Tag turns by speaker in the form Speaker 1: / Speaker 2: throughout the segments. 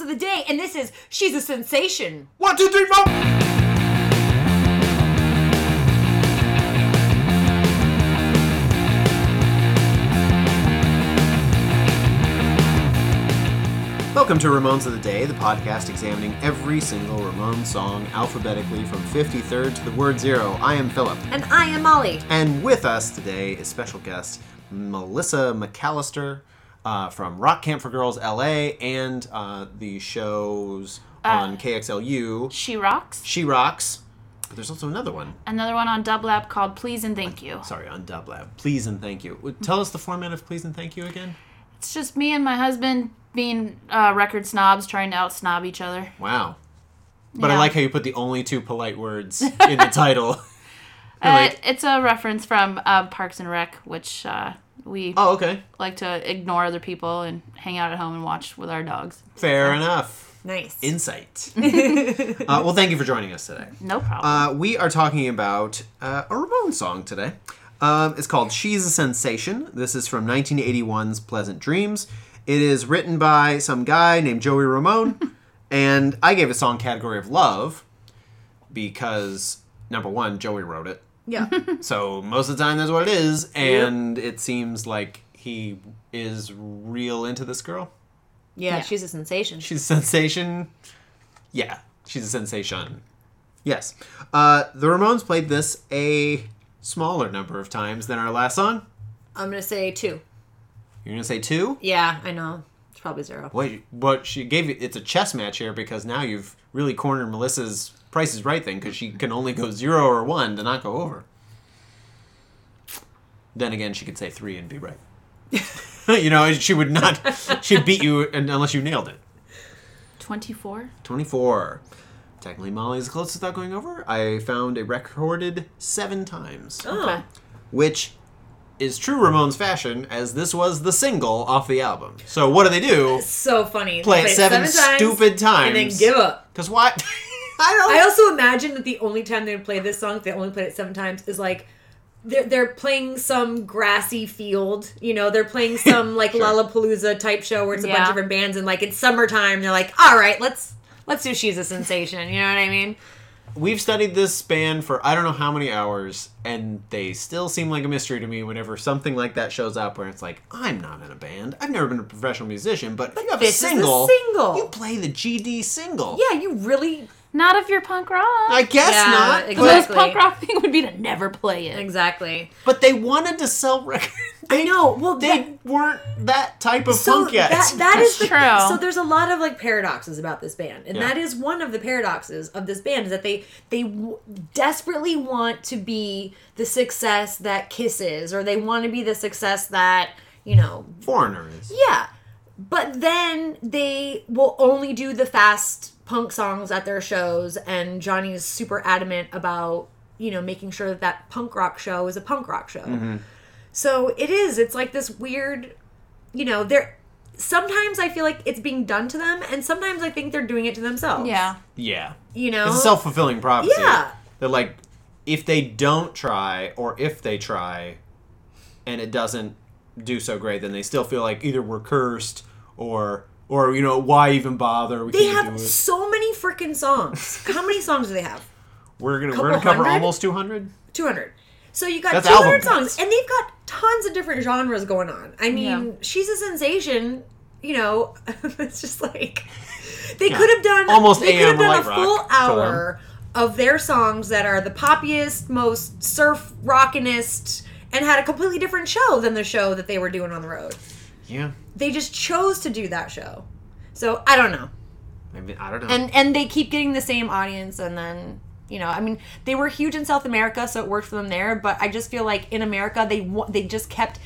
Speaker 1: of the day, and this is She's a Sensation.
Speaker 2: One, two, three, four. Welcome to Ramones of the Day, the podcast examining every single Ramones song alphabetically from 53rd to the word zero. I am Philip.
Speaker 1: And I am Molly.
Speaker 2: And with us today is special guest Melissa McAllister uh, from Rock Camp for Girls LA and uh, the shows on KXLU.
Speaker 3: She Rocks.
Speaker 2: She Rocks. But there's also another one.
Speaker 3: Another one on Dub Lab called Please and Thank You.
Speaker 2: Sorry, on Dub Lab. Please and thank you. Would- Tell us the format of Please and Thank You again.
Speaker 3: It's just me and my husband being uh, record snobs trying to out snob each other.
Speaker 2: Wow. But I
Speaker 3: Yeah.
Speaker 2: like how you put the only two polite words in the title.
Speaker 3: Uh,
Speaker 2: Relate.
Speaker 3: it's a reference from uh, Parks and Rec, which uh, we
Speaker 2: Oh, okay.
Speaker 3: like to ignore other people and hang out at home and watch with our dogs.
Speaker 2: Fair enough.
Speaker 1: Nice.
Speaker 2: Insight. uh, well, thank you for joining us today.
Speaker 3: No problem.
Speaker 2: Uh, we are talking about uh, a Ramon song today. Um, it's called She's a Sensation. This is from 1981's Pleasant Dreams. It is written by some guy named Joey Ramone, and I gave a song category of love because, number one, Joey wrote it.
Speaker 1: Yeah.
Speaker 2: So most of the time, that's what it is, and it seems like he is real into this girl.
Speaker 1: Yeah,
Speaker 3: Yeah.
Speaker 1: she's a sensation.
Speaker 2: She's a sensation. Yeah, she's a sensation. Yes. Uh, the Ramones played this a smaller number of times than our last song.
Speaker 1: I'm gonna say two.
Speaker 2: You're gonna say two?
Speaker 1: Yeah, I know. It's probably zero.
Speaker 2: Wait, but she gave you. It's a chess match here because now you've really cornered Melissa's Price is Right thing because she can only go zero or one to not go over. Then again, she could say three and be right. you know, she would not. She'd beat you un- unless you nailed it.
Speaker 3: 24?
Speaker 2: 24. Technically, Molly's the closest without going over. I found a recorded seven times,
Speaker 1: Oh.
Speaker 3: Okay.
Speaker 2: which is true Ramones fashion, as this was the single off the album. So what do they do?
Speaker 1: So funny.
Speaker 2: Play it seven, stupid times.
Speaker 1: and then give up.
Speaker 2: Cause what? I don't.
Speaker 1: I also imagine that the only time they play this song, if they only played it seven times, is like they're they're playing some grassy field. You know, they're playing some like Lollapalooza type show where it's a bunch
Speaker 3: Yeah.
Speaker 1: of different bands, and like it's summertime. They're like, all right, let's let's do she's a sensation. You know what I mean?
Speaker 2: We've studied this band for I don't know how many hours, and they still seem like a mystery to me. Whenever something like that shows up, where it's like, I'm not in a band. I've never been a professional musician, but, if you have
Speaker 1: this is
Speaker 2: a
Speaker 1: a
Speaker 2: single,
Speaker 1: single.
Speaker 2: you play the GD single.
Speaker 1: Yeah, you really
Speaker 3: Not if you're punk rock.
Speaker 2: I guess
Speaker 1: Yeah,
Speaker 2: not.
Speaker 1: exactly.
Speaker 3: the
Speaker 2: But,
Speaker 3: most punk rock thing would be to never play it.
Speaker 1: exactly.
Speaker 2: but they wanted to sell records.
Speaker 1: I know. Well,
Speaker 2: They
Speaker 1: that-
Speaker 2: weren't that type of
Speaker 1: so
Speaker 2: punk yet.
Speaker 1: that that
Speaker 3: That's
Speaker 1: is the,
Speaker 3: true.
Speaker 1: So there's a lot of like paradoxes about this band, and
Speaker 2: Yeah.
Speaker 1: that is one of the paradoxes of this band is that they they w- desperately want to be the success that Kiss is, or they want to be the success that you know,
Speaker 2: Foreigner is.
Speaker 1: yeah. But then they will only do the fast punk songs at their shows, and Johnny is super adamant about you know making sure that that punk rock show is a punk rock show.
Speaker 2: Mm-hmm.
Speaker 1: So it is. It's like this weird, you know, they're sometimes I feel like it's being done to them and sometimes I think they're doing it to themselves.
Speaker 3: Yeah.
Speaker 2: Yeah.
Speaker 1: You know.
Speaker 2: It's a self fulfilling prophecy.
Speaker 1: Yeah.
Speaker 2: That like, if they don't try, or if they try, and it doesn't do so great, then they still feel like either we're cursed, or or you know why even bother? We
Speaker 1: they
Speaker 2: can't
Speaker 1: have
Speaker 2: do it.
Speaker 1: so many freaking songs. How many songs do they have?
Speaker 2: We're gonna we're gonna
Speaker 1: couple
Speaker 2: cover
Speaker 1: hundred?
Speaker 2: almost two hundred.
Speaker 1: 200. So you got
Speaker 2: That's
Speaker 1: 200
Speaker 2: album
Speaker 1: songs and they've got tons of different genres going on. I mean, she's a sensation, you know, it's just like they could have done
Speaker 2: Almost
Speaker 1: they could
Speaker 2: AM
Speaker 1: have done a
Speaker 2: light rock
Speaker 1: full
Speaker 2: for
Speaker 1: hour of their songs that are the poppiest, most surf rockinest and had a completely different show than the show that they were doing on the road.
Speaker 2: Yeah.
Speaker 1: They just chose to do that show. So, I don't know
Speaker 2: I mean, I don't know.
Speaker 1: and and they keep getting the same audience and then you know i mean they were huge in south america so it worked for them there but i just feel like in america they wa- they just kept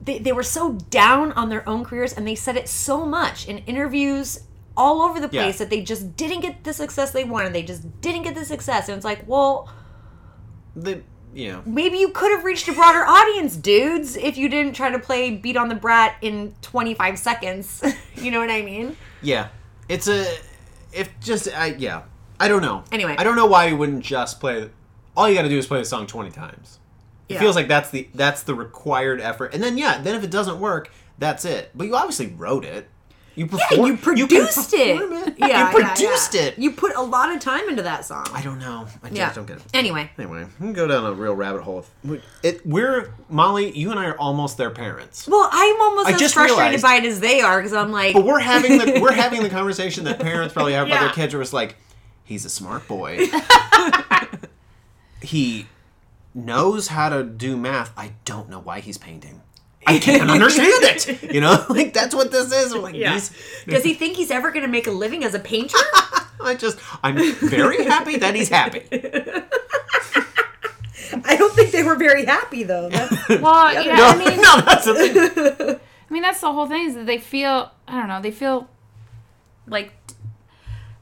Speaker 1: they, they were so down on their own careers and they said it so much in interviews all over the place
Speaker 2: Yeah.
Speaker 1: that they just didn't get the success they wanted they just didn't get the success and it's like well
Speaker 2: the, yeah.
Speaker 1: maybe you could have reached a broader audience dudes if you didn't try to play beat on the brat in 25 seconds you know what i mean
Speaker 2: Yeah, it's a if just I yeah I don't know.
Speaker 1: Anyway.
Speaker 2: I don't know why you wouldn't just play. All you got to do is play the song twenty times. It
Speaker 1: Yeah.
Speaker 2: feels like that's the that's the required effort, and then yeah, then if it doesn't work, that's it. But you obviously wrote it. You
Speaker 1: Yeah,
Speaker 2: perform.
Speaker 1: you
Speaker 2: can
Speaker 1: produced
Speaker 2: perform
Speaker 1: it. Yeah,
Speaker 2: You
Speaker 1: yeah,
Speaker 2: produced
Speaker 1: yeah.
Speaker 2: it.
Speaker 1: You put a lot of time into that song.
Speaker 2: I don't know. I just
Speaker 1: yeah.
Speaker 2: don't get it.
Speaker 1: Anyway,
Speaker 2: Anyway, we can go down a real rabbit hole. We- It, we're Molly. You and I are almost their parents,
Speaker 1: well, I'm almost
Speaker 2: I
Speaker 1: as
Speaker 2: just
Speaker 1: frustrated
Speaker 2: realized-
Speaker 1: by it as they are because I'm like,
Speaker 2: but we're having the we're having the conversation that parents probably have about
Speaker 3: Yeah.
Speaker 2: their kids. Where it's like, he's a smart boy. he knows how to do math. I don't know why he's painting. I can't understand it. You know, like that's what this is. I'm like,
Speaker 1: Yeah.
Speaker 2: these-
Speaker 1: does he think he's ever going to make a living as a painter?
Speaker 2: I just, I'm very happy that he's happy.
Speaker 1: I don't think they were very happy though. That's-
Speaker 3: Well, yeah,
Speaker 2: No,
Speaker 3: I mean,
Speaker 2: no, that's the thing.
Speaker 3: I mean, that's the whole thing is that they feel. I don't know. They feel like,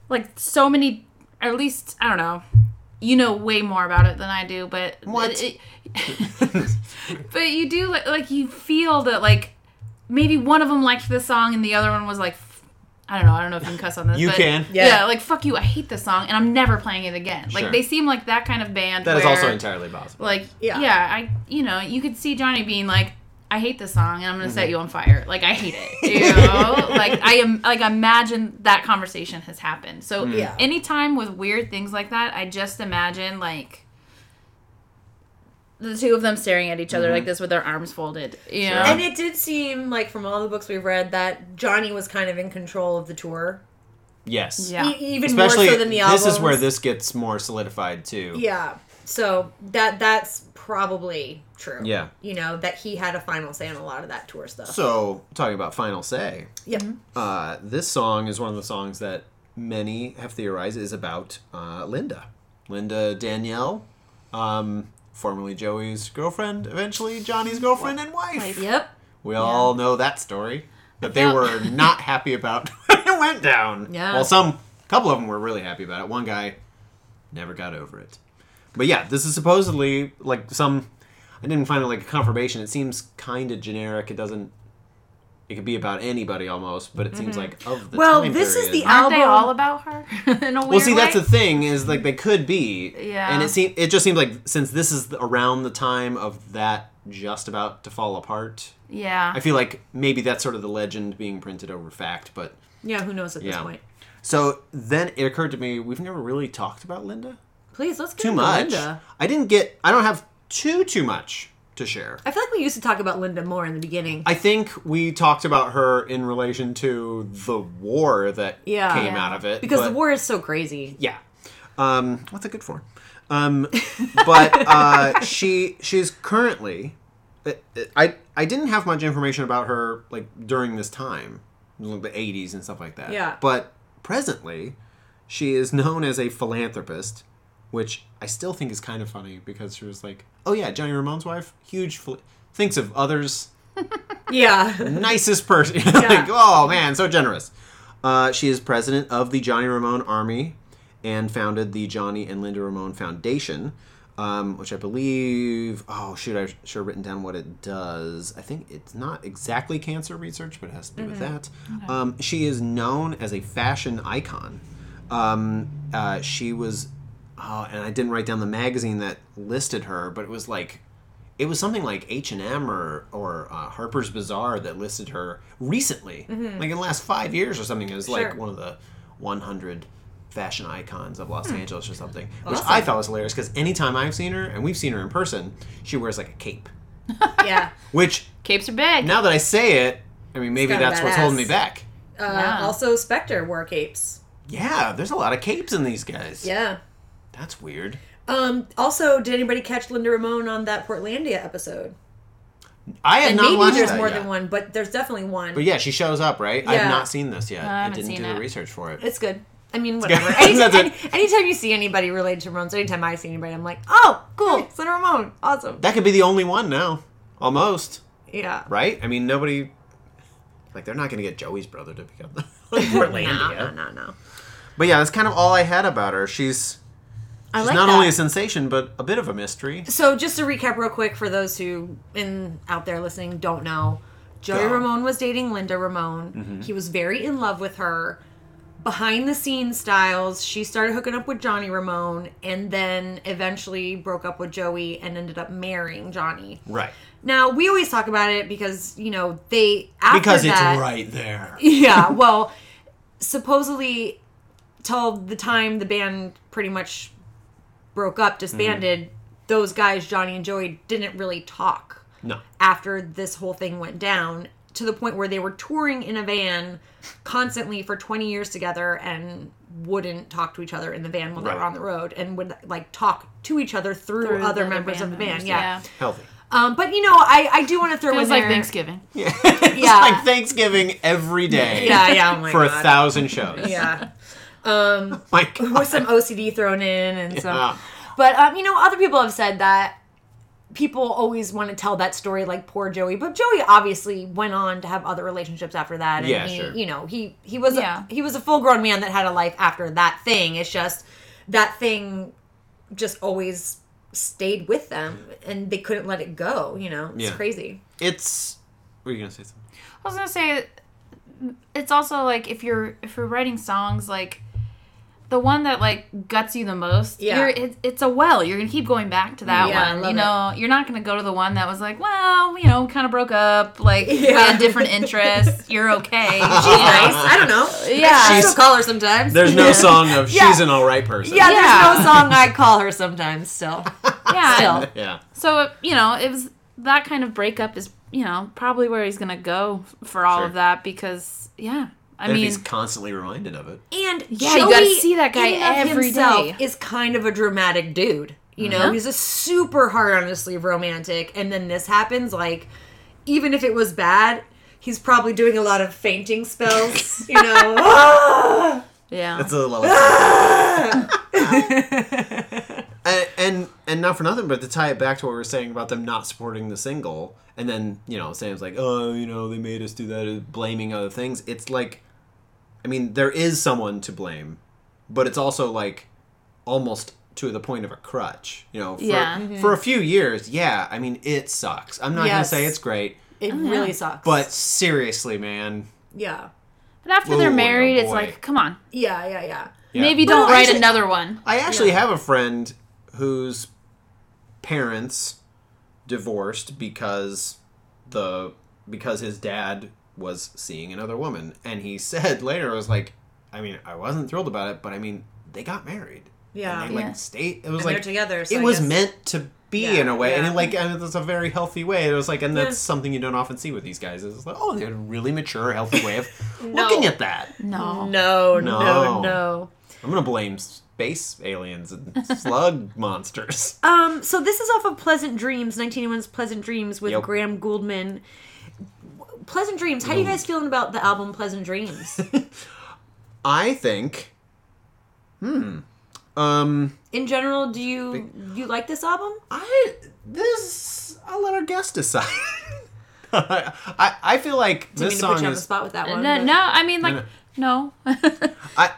Speaker 3: like so many. Or at least I don't know. You know way more about it than I do, but
Speaker 2: What?
Speaker 3: it- but you do like, like you feel that like maybe one of them liked the song and the other one was like. f- I don't know. I don't know if you can cuss on this.
Speaker 2: You
Speaker 3: but
Speaker 2: can.
Speaker 1: Yeah.
Speaker 3: Yeah. like fuck you. I hate this song, and I'm never playing it again.
Speaker 2: Sure.
Speaker 3: Like they seem like that kind of band.
Speaker 2: That is
Speaker 3: where-
Speaker 2: also entirely possible.
Speaker 3: like
Speaker 1: Yeah.
Speaker 3: yeah. i you know you could see johnny being like i hate this song and i'm gonna set you on fire like i hate it you know like i am like imagine that conversation has happened so
Speaker 1: Yeah.
Speaker 3: anytime with weird things like that i just imagine like the two of them staring at each other like this with their arms folded you know
Speaker 1: and it did seem like from all the books we've read that Johnny was kind of in control of the tour,
Speaker 2: Yes.
Speaker 3: Yeah.
Speaker 1: E- even
Speaker 2: Especially,
Speaker 1: more so than the album.
Speaker 2: this is where this gets more solidified, too.
Speaker 1: Yeah. So that that's probably true.
Speaker 2: Yeah.
Speaker 1: You know, that he had a final say on a lot of that tour stuff.
Speaker 2: So, talking about Final Say,
Speaker 1: yeah.
Speaker 2: uh, this song is one of the songs that many have theorized is about uh, Linda. Linda Danielle, um, formerly Joey's girlfriend, eventually Johnny's girlfriend and wife.
Speaker 1: Yep.
Speaker 2: We all know that story. That they
Speaker 3: felt-
Speaker 2: were not happy about when it went down.
Speaker 1: Yeah.
Speaker 2: Well, some couple of them were really happy about it. One guy never got over it. But yeah, this is supposedly like some. I didn't find like a confirmation. It seems kind of generic. It doesn't. It could be about anybody almost, but it seems like of
Speaker 1: Mm-hmm.
Speaker 2: the
Speaker 1: Well,
Speaker 2: time
Speaker 1: this is
Speaker 2: period.
Speaker 1: the
Speaker 3: aren't they
Speaker 1: Album-
Speaker 3: all about her in a weird
Speaker 2: Well, see, that's
Speaker 3: way?
Speaker 2: the thing is like they could be,
Speaker 3: Yeah.
Speaker 2: And it seemed it just seemed like since this is the- around the time of that just about to fall apart,
Speaker 3: yeah
Speaker 2: I feel like maybe that's sort of the legend being printed over fact, but
Speaker 1: Yeah, who knows at this
Speaker 2: Yeah.
Speaker 1: point.
Speaker 2: so then it occurred to me we've never really talked about Linda
Speaker 1: Please let's get
Speaker 2: too
Speaker 1: into
Speaker 2: much.
Speaker 1: Linda.
Speaker 2: I didn't get I don't have too too much to share.
Speaker 1: I feel like we used to talk about Linda more in the beginning.
Speaker 2: I think we talked about her in relation to the war that
Speaker 1: Yeah.
Speaker 2: came
Speaker 1: Yeah.
Speaker 2: out of it
Speaker 1: because
Speaker 2: but-
Speaker 1: the war is so crazy.
Speaker 2: Yeah. Um, what's it good for? Um, but uh, she she's currently. uh, I I didn't have much information about her like during this time, like the '80s and stuff like that.
Speaker 1: Yeah.
Speaker 2: But presently, she is known as a philanthropist, which I still think is kind of funny because she was like, "Oh yeah, Johnny Ramone's wife, huge, phil- thinks of others."
Speaker 1: Yeah.
Speaker 2: nicest person. like, oh man, so generous. Uh, she is president of the Johnny Ramone Army and founded the Johnny and Linda Ramone Foundation, um, which I believe. Oh shoot, I should have written down what it does. I think it's not exactly cancer research, but it has to do with that. Um, she is known as a fashion icon. Um, uh, she was, oh, and I didn't write down the magazine that listed her, but it was like it was something like h&m or, or uh, harper's bazaar that listed her recently like in the last five years or something it was like
Speaker 1: Mm-hmm. Sure.
Speaker 2: one of the 100 fashion icons of
Speaker 1: Hmm.
Speaker 2: los angeles or something which i thought was hilarious because anytime i've seen her and we've seen her in person she wears like a cape
Speaker 1: yeah.
Speaker 2: which
Speaker 3: capes are big
Speaker 2: now that i say it i mean maybe
Speaker 1: kinda
Speaker 2: that's what's holding
Speaker 1: badass.
Speaker 2: me back
Speaker 1: Uh,
Speaker 3: Yeah.
Speaker 1: Also, Spectre wore capes.
Speaker 2: yeah there's a lot of capes in these guys
Speaker 1: Yeah.
Speaker 2: that's weird
Speaker 1: Um, also, did anybody catch Linda Ramone on that Portlandia episode?
Speaker 2: i have
Speaker 1: And
Speaker 2: not
Speaker 1: maybe
Speaker 2: watched
Speaker 1: there's
Speaker 2: that
Speaker 1: more
Speaker 2: yet.
Speaker 1: than one, but there's definitely one.
Speaker 2: but yeah she shows up right i
Speaker 1: Yeah.
Speaker 2: have not seen this yet
Speaker 3: I
Speaker 2: i,
Speaker 3: haven't
Speaker 2: didn't
Speaker 3: seen
Speaker 2: do the
Speaker 3: it.
Speaker 2: research for it
Speaker 1: It's good. I mean, whatever.
Speaker 2: good.
Speaker 1: Anytime,
Speaker 2: That's it.
Speaker 1: any- anytime you see anybody related to Ramones, anytime I see anybody, I'm like, oh, cool, Cinnamon Ramon, awesome.
Speaker 2: that could be the only one now almost
Speaker 1: Yeah.
Speaker 2: right? I mean, nobody. Like, they're not going to get Joey's brother to become the
Speaker 1: No, no,
Speaker 2: Portlandia.
Speaker 1: no, no.
Speaker 2: But yeah, that's kind of all I had about her. She's,
Speaker 1: I
Speaker 2: she's
Speaker 1: like
Speaker 2: not
Speaker 1: that.
Speaker 2: only a sensation, but a bit of a mystery.
Speaker 1: so just to recap real quick for those who in out there listening don't know, Joey
Speaker 2: Go. Mm-hmm.
Speaker 1: Ramone was dating Linda Ramone. He was very in love with her, behind the scenes styles. She started hooking up with Johnny Ramone and then eventually broke up with Joey and ended up marrying Johnny.
Speaker 2: Right.
Speaker 1: Now, we always talk about it because, you know, they after
Speaker 2: Because it's
Speaker 1: that,
Speaker 2: right there.
Speaker 1: yeah, well, supposedly till the time the band pretty much broke up, disbanded,
Speaker 2: Mm-hmm.
Speaker 1: those guys, Johnny and Joey, didn't really talk
Speaker 2: No.
Speaker 1: after this whole thing went down to the point where they were touring in a van constantly for 20 years together and wouldn't talk to each other in the van when they were
Speaker 2: Right.
Speaker 1: on the road and would like talk to each other through,
Speaker 3: Through the
Speaker 1: other
Speaker 3: other
Speaker 1: members
Speaker 3: band
Speaker 1: of the band.
Speaker 3: members,
Speaker 1: Yeah.
Speaker 3: yeah.
Speaker 2: Healthy.
Speaker 1: Um, but you know, I, I do want to throw
Speaker 3: It was
Speaker 1: in
Speaker 3: like
Speaker 1: there-
Speaker 3: Thanksgiving.
Speaker 2: it's
Speaker 1: Yeah.
Speaker 2: like Thanksgiving every day
Speaker 1: Yeah, yeah. Oh my
Speaker 2: for a
Speaker 1: God.
Speaker 2: thousand shows.
Speaker 1: Yeah. Um,
Speaker 2: My God.
Speaker 1: with some OCD thrown in and
Speaker 2: Yeah.
Speaker 1: some. But um, you know, other people have said that people always want to tell that story like poor Joey, but Joey obviously went on to have other relationships after that. And
Speaker 2: Yeah,
Speaker 1: he,
Speaker 2: sure.
Speaker 1: You know, he he was
Speaker 3: Yeah.
Speaker 1: a, he was a full grown man that had a life after that thing. It's just that thing just always stayed with them, and they couldn't let it go. You know, it's
Speaker 2: Yeah.
Speaker 1: crazy.
Speaker 2: It's. Were you gonna say something?
Speaker 3: I was gonna say, it's also like if you're if you're writing songs, like the one that like guts you the most,
Speaker 1: Yeah.
Speaker 3: you're, it, it's a well. You're gonna keep going back to that
Speaker 1: Yeah, I
Speaker 3: one.
Speaker 1: love
Speaker 3: you know, you're not gonna go to the one that was like, well, you know, kind of broke up, like we had different interests. You're okay.
Speaker 1: She's nice. I don't know.
Speaker 3: Yeah.
Speaker 1: I
Speaker 2: She's-
Speaker 1: still call her sometimes.
Speaker 2: There's no
Speaker 3: Yeah.
Speaker 2: song of
Speaker 1: Yeah.
Speaker 2: she's an all right person.
Speaker 1: yeah,
Speaker 3: Yeah.
Speaker 1: there's no song I call her sometimes still.
Speaker 3: yeah.
Speaker 1: Still.
Speaker 2: Yeah.
Speaker 3: So you know, it was that kind of breakup is you know probably where he's gonna go for all
Speaker 2: Sure.
Speaker 3: of that because yeah, I
Speaker 2: and
Speaker 3: mean,
Speaker 2: if he's constantly reminded of it.
Speaker 1: And
Speaker 3: Yeah,
Speaker 1: Joey,
Speaker 3: you gotta see that guy
Speaker 1: in and of
Speaker 3: every
Speaker 1: himself
Speaker 3: day. Uh-huh.
Speaker 1: Is kind of a dramatic dude. You know, he's a super hard on his sleeve romantic, and then this happens. Like, even if it was bad, he's probably doing a lot of fainting spells. You know,
Speaker 3: yeah.
Speaker 2: That's a little. and, and and not for nothing, but to tie it back to what we were saying about them not supporting the single, and then you know Sam's like, oh, you know, they made us do that, uh, blaming other things. It's like, I mean, there is someone to blame, but it's also like almost to the point of a crutch. You know, for,
Speaker 3: Yeah.
Speaker 2: for a few years, yeah. I mean, it sucks. I'm not
Speaker 1: Yes.
Speaker 2: gonna say it's great,
Speaker 1: it really sucks.
Speaker 2: but seriously, man,
Speaker 1: Oh, yeah,
Speaker 3: But after
Speaker 2: Ooh,
Speaker 3: they're married,
Speaker 2: oh
Speaker 3: it's
Speaker 2: boy.
Speaker 3: like, come on,
Speaker 1: yeah, yeah, yeah.
Speaker 2: Yeah.
Speaker 3: maybe
Speaker 1: Well,
Speaker 3: don't write
Speaker 1: actually-
Speaker 3: another one.
Speaker 2: I actually have a friend whose parents divorced because the because his dad was seeing another woman and he said later was like I mean I wasn't thrilled about it but I mean they got married
Speaker 1: Yeah.
Speaker 2: and they like
Speaker 3: Yeah.
Speaker 2: stayed it was
Speaker 1: And
Speaker 2: like
Speaker 1: they're together, so
Speaker 2: it
Speaker 1: I
Speaker 2: was
Speaker 1: guess-
Speaker 2: meant to be
Speaker 1: Yeah,
Speaker 2: in a way and
Speaker 1: yeah.
Speaker 2: it like and it's a very healthy way it was like and that's
Speaker 1: Yeah.
Speaker 2: something you don't often see with these guys is like oh they had a really mature healthy way of looking at that
Speaker 1: Oh.
Speaker 3: No.
Speaker 1: No, no,
Speaker 2: No.
Speaker 1: no. no.
Speaker 2: I'm gonna blame space aliens and slug monsters
Speaker 1: Um, so this is off of Pleasant Dreams, 1981's Pleasant Dreams with
Speaker 2: Yep.
Speaker 1: Graham Gouldman. Pleasant Dreams. How you guys feeling about the album Pleasant Dreams?
Speaker 2: I think. Hmm. Um.
Speaker 1: In general, do you you like this album?
Speaker 2: I this. I'll let our guest decide. I I feel like
Speaker 1: Didn't
Speaker 2: this
Speaker 1: mean to put
Speaker 2: song
Speaker 1: you on the
Speaker 2: is.
Speaker 1: spot with that one.
Speaker 3: No,
Speaker 1: but-
Speaker 3: no, I mean, like, no.
Speaker 2: I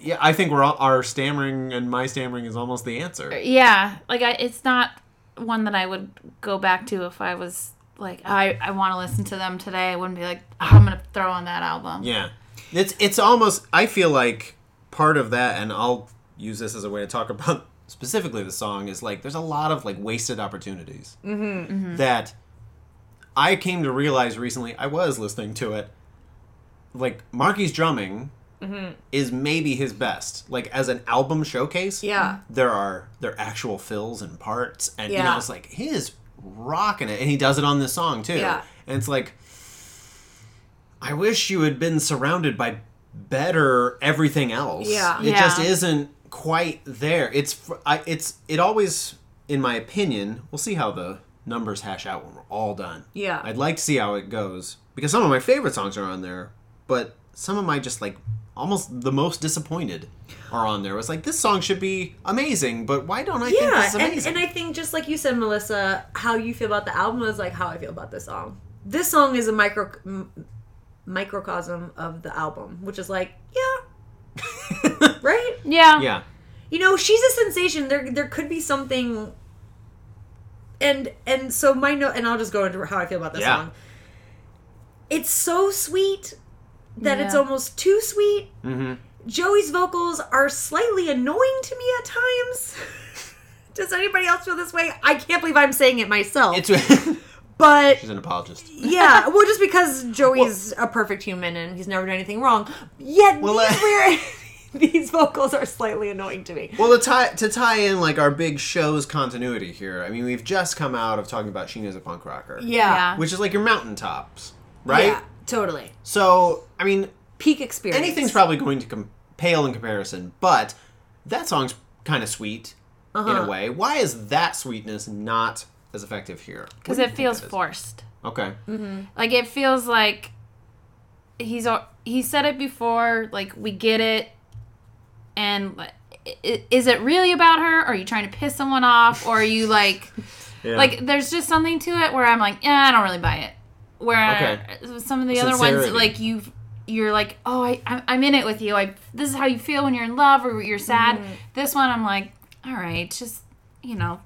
Speaker 2: yeah. I think we're all our stammering and my stammering is almost the answer.
Speaker 3: yeah, like, I, it's not one that I would go back to if I was like, I, I want to listen to them today. I wouldn't be like, "Oh, I'm going to throw on that album.
Speaker 2: Yeah. It's it's almost. I feel like part of that, and I'll use this as a way to talk about specifically the song is like there's a lot of like wasted opportunities that I came to realize recently. I was listening to it. Like Marky's drumming is maybe his best. Like as an album showcase,
Speaker 1: Yeah.
Speaker 2: there are there are actual fills and parts, and you know
Speaker 1: Yeah.
Speaker 2: it's like he is rocking it, and he does it on this song too.
Speaker 1: Yeah.
Speaker 2: And it's like, I wish you had been surrounded by better everything else.
Speaker 1: Yeah.
Speaker 2: it just
Speaker 3: Yeah.
Speaker 2: isn't quite there. It's fr- I, it's it always, in my opinion, we'll see how the numbers hash out when we're all done.
Speaker 1: Yeah.
Speaker 2: I'd like to see how it goes because some of my favorite songs are on there, but some of my just like almost the most disappointed are on there. It's like this song should be amazing, but why don't I think
Speaker 1: Yeah,
Speaker 2: this is
Speaker 1: and,
Speaker 2: amazing?
Speaker 1: and I think just like you said, Melissa, how you feel about the album is like how I feel about this song. This song is a micro m- microcosm of the album, which is like, yeah, right.
Speaker 3: Yeah.
Speaker 2: yeah,
Speaker 1: You know, she's a sensation. There, there could be something. And and so my note, and I'll just go into how I feel about this
Speaker 2: Yeah.
Speaker 1: song. It's so sweet. that it's
Speaker 3: Yeah.
Speaker 1: almost too sweet.
Speaker 2: Mm-hmm.
Speaker 1: Joey's vocals are slightly annoying to me at times. Does anybody else feel this way? I can't believe I'm saying it myself.
Speaker 2: It's she's
Speaker 1: but
Speaker 2: an apologist.
Speaker 1: yeah, well, just because Joey's a perfect human and he's never done anything wrong, yet
Speaker 2: Well,
Speaker 1: these,
Speaker 2: uh,
Speaker 1: weird- these vocals are slightly annoying to me.
Speaker 2: Well, to tie to tie in like our big show's continuity here. I mean, we've just come out of talking about Sheena's a punk rocker,
Speaker 1: Yeah,
Speaker 2: which is like your mountaintops, right?
Speaker 1: Yeah, totally.
Speaker 2: So, I mean,
Speaker 1: Peak experience.
Speaker 2: anything's probably going to com- pale in comparison, but that song's kind of sweet in
Speaker 3: Uh-huh.
Speaker 2: a way. Why is that sweetness not as effective here? What
Speaker 3: because
Speaker 2: do you
Speaker 3: it
Speaker 2: think
Speaker 3: feels
Speaker 2: that is?
Speaker 3: forced.
Speaker 2: Okay.
Speaker 3: Like it feels like he's al- he said it before. Like we get it, and like, i- i- is it really about her? Or are you trying to piss someone off? Or are you like like there's just something to it where I'm like, yeah, I don't really buy it. Where uh, some of the other
Speaker 2: Sincerity.
Speaker 3: ones like you you're like, oh, I I'm, I'm in it with you. I this is how you feel when you're in love or you're sad. This one I'm like, all right, just you know,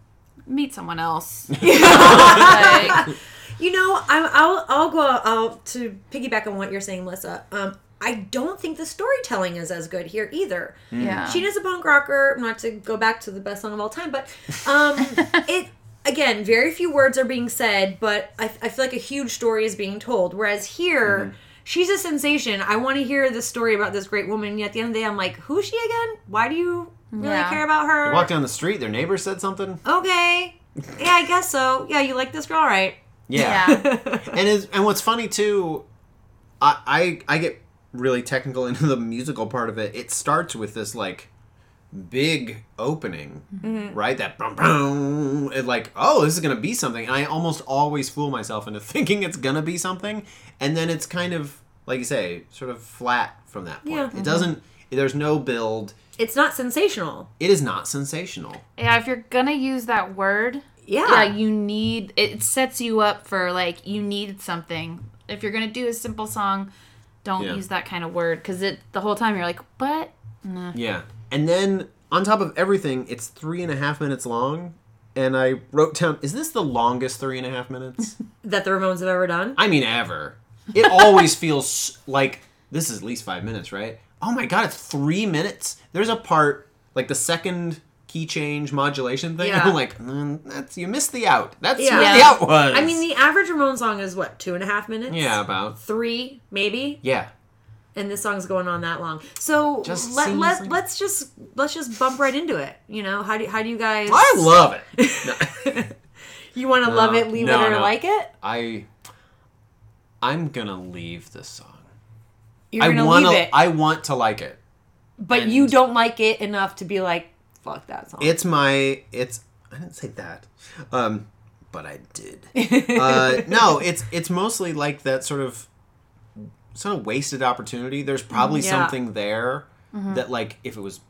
Speaker 3: meet someone else. Like,
Speaker 1: You know, I'm, I'll I'll go I'll, to piggyback on what you're saying, Melissa. Um, I don't think the storytelling is as good here either.
Speaker 3: yeah.
Speaker 1: She does a punk rocker. Not to go back to the best song of all time, but um, it again, very few words are being said, but I, I feel like a huge story is being told. Whereas here. She's a sensation. I want to hear the story about this great woman. And yet at the end of the day, I'm like, who's she again? Why do you really
Speaker 3: Yeah.
Speaker 1: care about her?
Speaker 2: They walked down the street, their neighbor said something.
Speaker 1: okay. Yeah, I guess so. Yeah, you like this girl, all right?
Speaker 2: Yeah. and is and what's funny too, I, I I get really technical into the musical part of it. It starts with this like big opening, right? That boom boom. It like oh this is gonna be something, and I almost always fool myself into thinking it's gonna be something, and then it's kind of like you say, sort of flat from that point.
Speaker 1: Yeah.
Speaker 2: It doesn't. There's no build.
Speaker 1: It's not sensational.
Speaker 2: It is not sensational.
Speaker 3: yeah, if you're gonna use that word, yeah, you need it sets you up for like you need something. If you're gonna do a simple song, don't
Speaker 2: Yeah.
Speaker 3: use that kind of word because it the whole time you're like, but
Speaker 2: Yeah. And then on top of everything, it's three and a half minutes long. And I wrote down, is this the longest three and a half minutes?
Speaker 1: that the Ramones have ever done.
Speaker 2: I mean, ever. It always feels like this is at least five minutes, right? Oh my God, it's three minutes. There's a part, like the second key change modulation thing.
Speaker 1: Yeah.
Speaker 2: I'm like, mm, that's you missed the out. That's
Speaker 1: Yeah.
Speaker 2: where the
Speaker 3: Yeah.
Speaker 2: out was.
Speaker 1: I mean, the average Ramones song is what two and a half minutes.
Speaker 2: yeah, about.
Speaker 1: three maybe,
Speaker 2: Yeah.
Speaker 1: and this song's going on that long. So
Speaker 2: Just
Speaker 1: let,
Speaker 2: seems
Speaker 1: let
Speaker 2: like-
Speaker 1: let's just let's just bump right into it. You know how do how do you guys?
Speaker 2: I love it. No.
Speaker 1: You want to love it, leave
Speaker 2: no,
Speaker 1: it, or
Speaker 2: no.
Speaker 1: like it?
Speaker 2: I I'm gonna leave this song.
Speaker 1: You're
Speaker 2: I
Speaker 1: gonna
Speaker 2: wanna
Speaker 1: leave it,
Speaker 2: I want to like it.
Speaker 1: but you don't like it enough to be like, fuck that song.
Speaker 2: It's my it's I didn't say that. Um but I did. uh no, it's it's mostly like that sort of sort of wasted opportunity. There's probably
Speaker 1: Yeah. Mm-hmm.
Speaker 2: something there that like if it was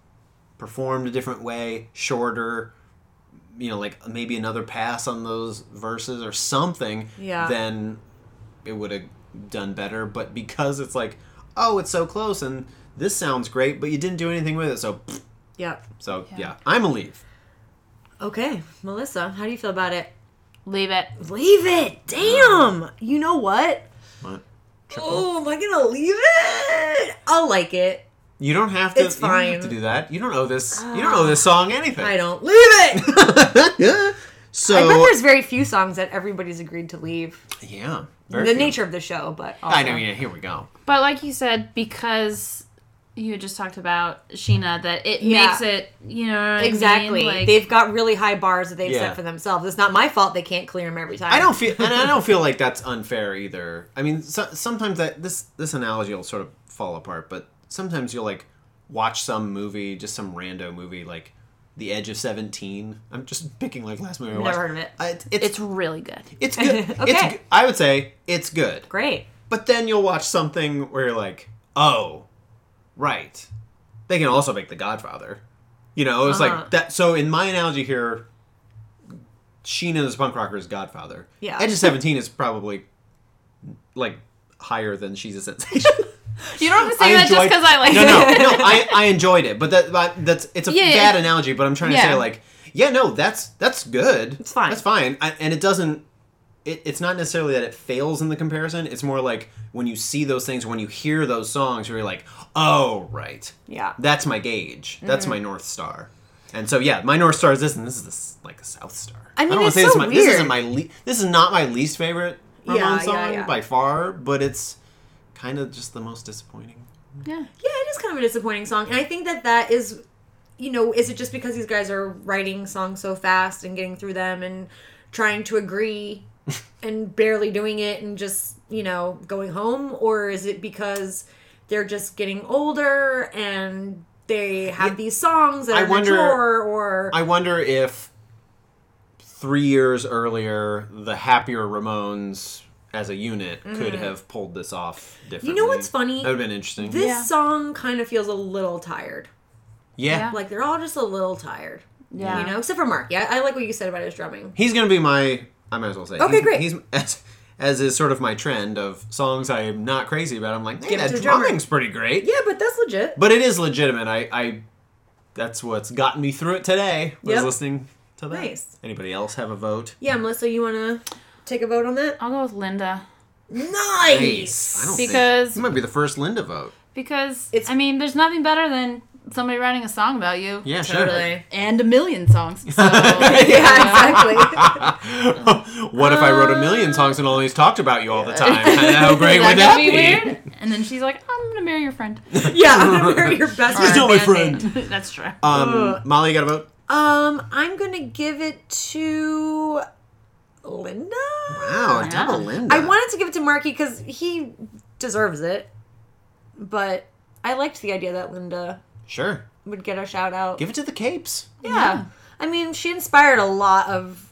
Speaker 2: performed a different way, shorter, you know, like maybe another pass on those verses or something,
Speaker 1: Yeah.
Speaker 2: then it would have done better. But because it's like, oh, it's so close and this sounds great, but you didn't do anything with it, so pfft.
Speaker 1: yep.
Speaker 2: so yeah, I'm a leave.
Speaker 1: Okay, Melissa, how do you feel about it?
Speaker 3: leave it.
Speaker 1: Leave it. Damn. You know what?
Speaker 2: What? Triple?
Speaker 1: Oh, am I gonna leave it? I'll like it.
Speaker 2: You don't have to.
Speaker 1: It's
Speaker 2: you don't have
Speaker 1: fine. Ah.
Speaker 2: to do that. You don't owe this. you don't owe this song anything.
Speaker 1: I don't leave it.
Speaker 2: so
Speaker 1: I bet there's very few songs that everybody's agreed to leave.
Speaker 2: yeah, very
Speaker 1: the
Speaker 2: few.
Speaker 1: nature of the show, but
Speaker 2: I
Speaker 1: also-
Speaker 2: know. Yeah, here we go.
Speaker 3: But like you said, because you had just talked about Sheena, that it
Speaker 1: Yeah.
Speaker 3: makes it you know what I mean?
Speaker 1: Exactly.
Speaker 3: Like,
Speaker 1: They've got really high bars that they've
Speaker 2: Yeah.
Speaker 1: set for themselves. It's not my fault they can't clear them every time.
Speaker 2: I don't feel, and I don't feel like that's unfair either. I mean, so, sometimes that this this analogy will sort of fall apart, but sometimes you'll like watch some movie, just some rando movie, like The Edge of Seventeen. I'm just picking like last movie. I
Speaker 1: Never
Speaker 2: watched.
Speaker 1: heard of it.
Speaker 2: Uh, it- it's
Speaker 3: it's
Speaker 2: it's,
Speaker 3: really good.
Speaker 2: it's good. It's
Speaker 1: Okay.
Speaker 2: good. I would say it's good.
Speaker 1: Great.
Speaker 2: But then you'll watch something where you're like, oh, right. They can also make The Godfather. You know, it's
Speaker 1: Uh-huh.
Speaker 2: like that. So in my analogy here, Sheena's punk rocker is Godfather.
Speaker 1: Yeah.
Speaker 2: Edge of Seventeen is probably like higher than she's a sensation.
Speaker 3: You don't have to say that just because I like
Speaker 2: no,
Speaker 3: it.
Speaker 2: no, no. I, I enjoyed it, but that but that's it's a
Speaker 3: Yeah,
Speaker 2: bad
Speaker 3: yeah.
Speaker 2: analogy. But I'm trying to
Speaker 3: Yeah.
Speaker 2: say like, yeah, no, that's that's good. It's
Speaker 1: fine.
Speaker 2: That's fine, I, and it doesn't it, it's not necessarily that it fails in the comparison. It's more like when you see those things, when you hear those songs, you're like, oh, right.
Speaker 1: Yeah.
Speaker 2: That's my gauge. That's my North Star. And so, yeah, my North Star is this, and this is this, like a South Star.
Speaker 1: I mean,
Speaker 2: wanna
Speaker 1: it's
Speaker 2: this, is
Speaker 1: so
Speaker 2: my, this isn't
Speaker 1: weird.
Speaker 2: my le- this is not my least favorite Ramon
Speaker 1: Yeah, yeah,
Speaker 2: song
Speaker 1: yeah.
Speaker 2: by far, but it's kind of just the most disappointing.
Speaker 3: Yeah.
Speaker 1: Yeah, it is kind of a disappointing song, and I think that that is, you know, is it just because these guys are writing songs so fast and getting through them and trying to agree and barely doing it and just you know going home, or is it because they're just getting older and they have these songs that
Speaker 2: I
Speaker 1: are
Speaker 2: wonder-
Speaker 1: mature or
Speaker 2: I wonder if three years earlier, the happier Ramones as a unit could have pulled this off differently.
Speaker 1: Mm. what's funny?
Speaker 2: That would have been interesting.
Speaker 1: this
Speaker 3: Yeah.
Speaker 1: song kind of feels a little tired.
Speaker 2: yeah.
Speaker 3: Yeah.
Speaker 1: Like they're all just a little tired.
Speaker 3: Yeah.
Speaker 1: You know, except for Mark. Yeah, I like what you said about his drumming.
Speaker 2: He's going to be my, I might as well say.
Speaker 1: Okay,
Speaker 2: he's,
Speaker 1: great.
Speaker 2: He's, as, as is sort of my trend of songs I am not crazy about. I'm like, hey,
Speaker 1: Give it
Speaker 2: that
Speaker 1: to the drummer."
Speaker 2: drumming's pretty great.
Speaker 1: Yeah, but that's legit.
Speaker 2: But it is legitimate. I, I, that's what's gotten me through it today was
Speaker 1: Yep.
Speaker 2: listening to that.
Speaker 1: Nice.
Speaker 2: Anybody else have a vote?
Speaker 1: Yeah, Melissa, you want to take a vote on that?
Speaker 3: I'll go with Linda
Speaker 1: Nice.
Speaker 2: I don't
Speaker 3: Because-
Speaker 2: think, you might be the first Linda vote.
Speaker 3: because
Speaker 1: It's-
Speaker 3: I mean, there's nothing better than somebody writing a song about you.
Speaker 2: Yeah, sure.
Speaker 1: Totally.
Speaker 3: And a million songs. So,
Speaker 1: Yeah, exactly.
Speaker 2: what if I wrote a
Speaker 1: Ah.
Speaker 2: million songs and always talked about you all the time? How great
Speaker 3: That
Speaker 2: would that
Speaker 3: could
Speaker 2: be?
Speaker 3: be weird. And then she's like, "I'm gonna marry your friend."
Speaker 1: yeah, I'm gonna marry your best
Speaker 2: He's not my friend.
Speaker 3: That's true.
Speaker 2: Um, Molly, you got a vote?
Speaker 1: Um, I'm gonna give it to Linda.
Speaker 2: Wow,
Speaker 3: Yeah.
Speaker 2: double Linda.
Speaker 1: I wanted to give it to Marky because he deserves it, but I liked the idea that Linda
Speaker 2: Sure.
Speaker 1: would get a shout out.
Speaker 2: Give it to the Capes.
Speaker 1: yeah. I mean, she inspired a lot of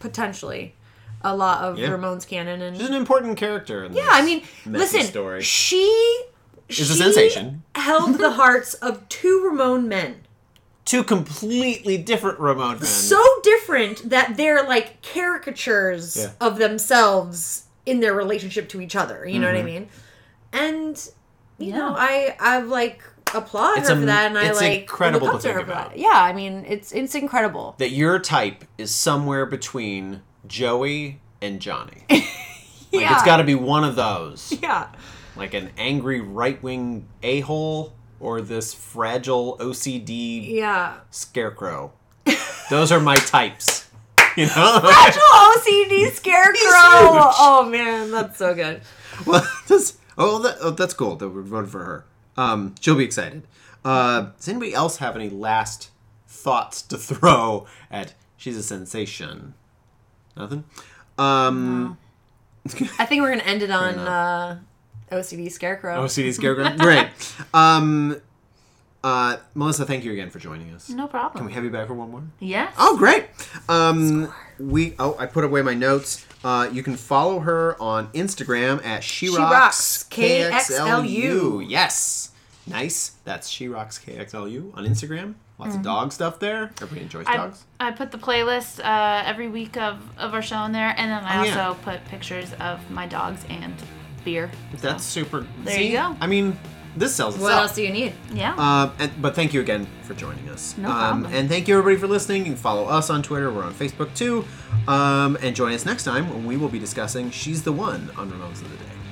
Speaker 1: potentially a lot of
Speaker 2: Yeah.
Speaker 1: Ramones canon and
Speaker 2: She's an important character. In
Speaker 1: Yeah, I mean,
Speaker 2: messy
Speaker 1: listen.
Speaker 2: story.
Speaker 1: She
Speaker 2: a
Speaker 1: she
Speaker 2: sensation.
Speaker 1: held the hearts of two Ramon men.
Speaker 2: two completely different Ramon men.
Speaker 1: So different that they're like caricatures
Speaker 2: Yeah.
Speaker 1: of themselves in their relationship to each other. You know
Speaker 2: Mm-hmm.
Speaker 1: what I mean? And you know, I I've like applaud
Speaker 2: It's
Speaker 1: her
Speaker 2: a-
Speaker 1: for that, and I
Speaker 2: it's
Speaker 1: like
Speaker 2: incredible
Speaker 1: look
Speaker 2: to
Speaker 1: up
Speaker 2: think
Speaker 1: her for
Speaker 2: about.
Speaker 1: that. Yeah, I mean, it's it's incredible.
Speaker 2: that your type is somewhere between Joey and Johnny. Like,
Speaker 1: yeah,
Speaker 2: it's got to be one of those.
Speaker 1: yeah.
Speaker 2: Like an angry right wing a hole or this fragile OCD
Speaker 1: Yeah.
Speaker 2: scarecrow. Those are my types. You know?
Speaker 1: Actual OCD scarecrow. Oh man, that's so good.
Speaker 2: well, this, oh, that, oh, that's cool that we voted for her. Um, she'll be excited. Uh, does anybody else have any last thoughts to throw at She's a Sensation? Nothing? Um,
Speaker 1: I think we're gonna end it on uh, OCD Scarecrow.
Speaker 2: OCD Oh, Scarecrow? Great. Um, uh, Melissa, thank you again for joining us.
Speaker 3: No problem.
Speaker 2: Can we have you back for one more?
Speaker 3: Yes.
Speaker 2: Oh, great. Um, we oh, I put away my notes. Uh, you can follow her on Instagram at she
Speaker 1: Rocks,
Speaker 2: rocks
Speaker 1: KXLU.
Speaker 2: Yes, nice. That's she rocks kxlu on Instagram. Lots of dog stuff there. Everybody enjoys
Speaker 3: I,
Speaker 2: dogs.
Speaker 3: I put the playlist uh, every week of, of our show in there, and then I
Speaker 2: Oh, yeah.
Speaker 3: also put pictures of my dogs and beer.
Speaker 2: That's super.
Speaker 3: There
Speaker 2: see?
Speaker 3: you go.
Speaker 2: I mean, this sells
Speaker 1: What
Speaker 2: itself.
Speaker 1: else do you need?
Speaker 3: Yeah.
Speaker 2: Um, and, but thank you again for joining us.
Speaker 3: No
Speaker 2: um,
Speaker 3: problem.
Speaker 2: and thank you everybody for listening. You can follow us on Twitter. We're on Facebook too. Um, and join us next time when we will be discussing She's the One on Ramones of the Day.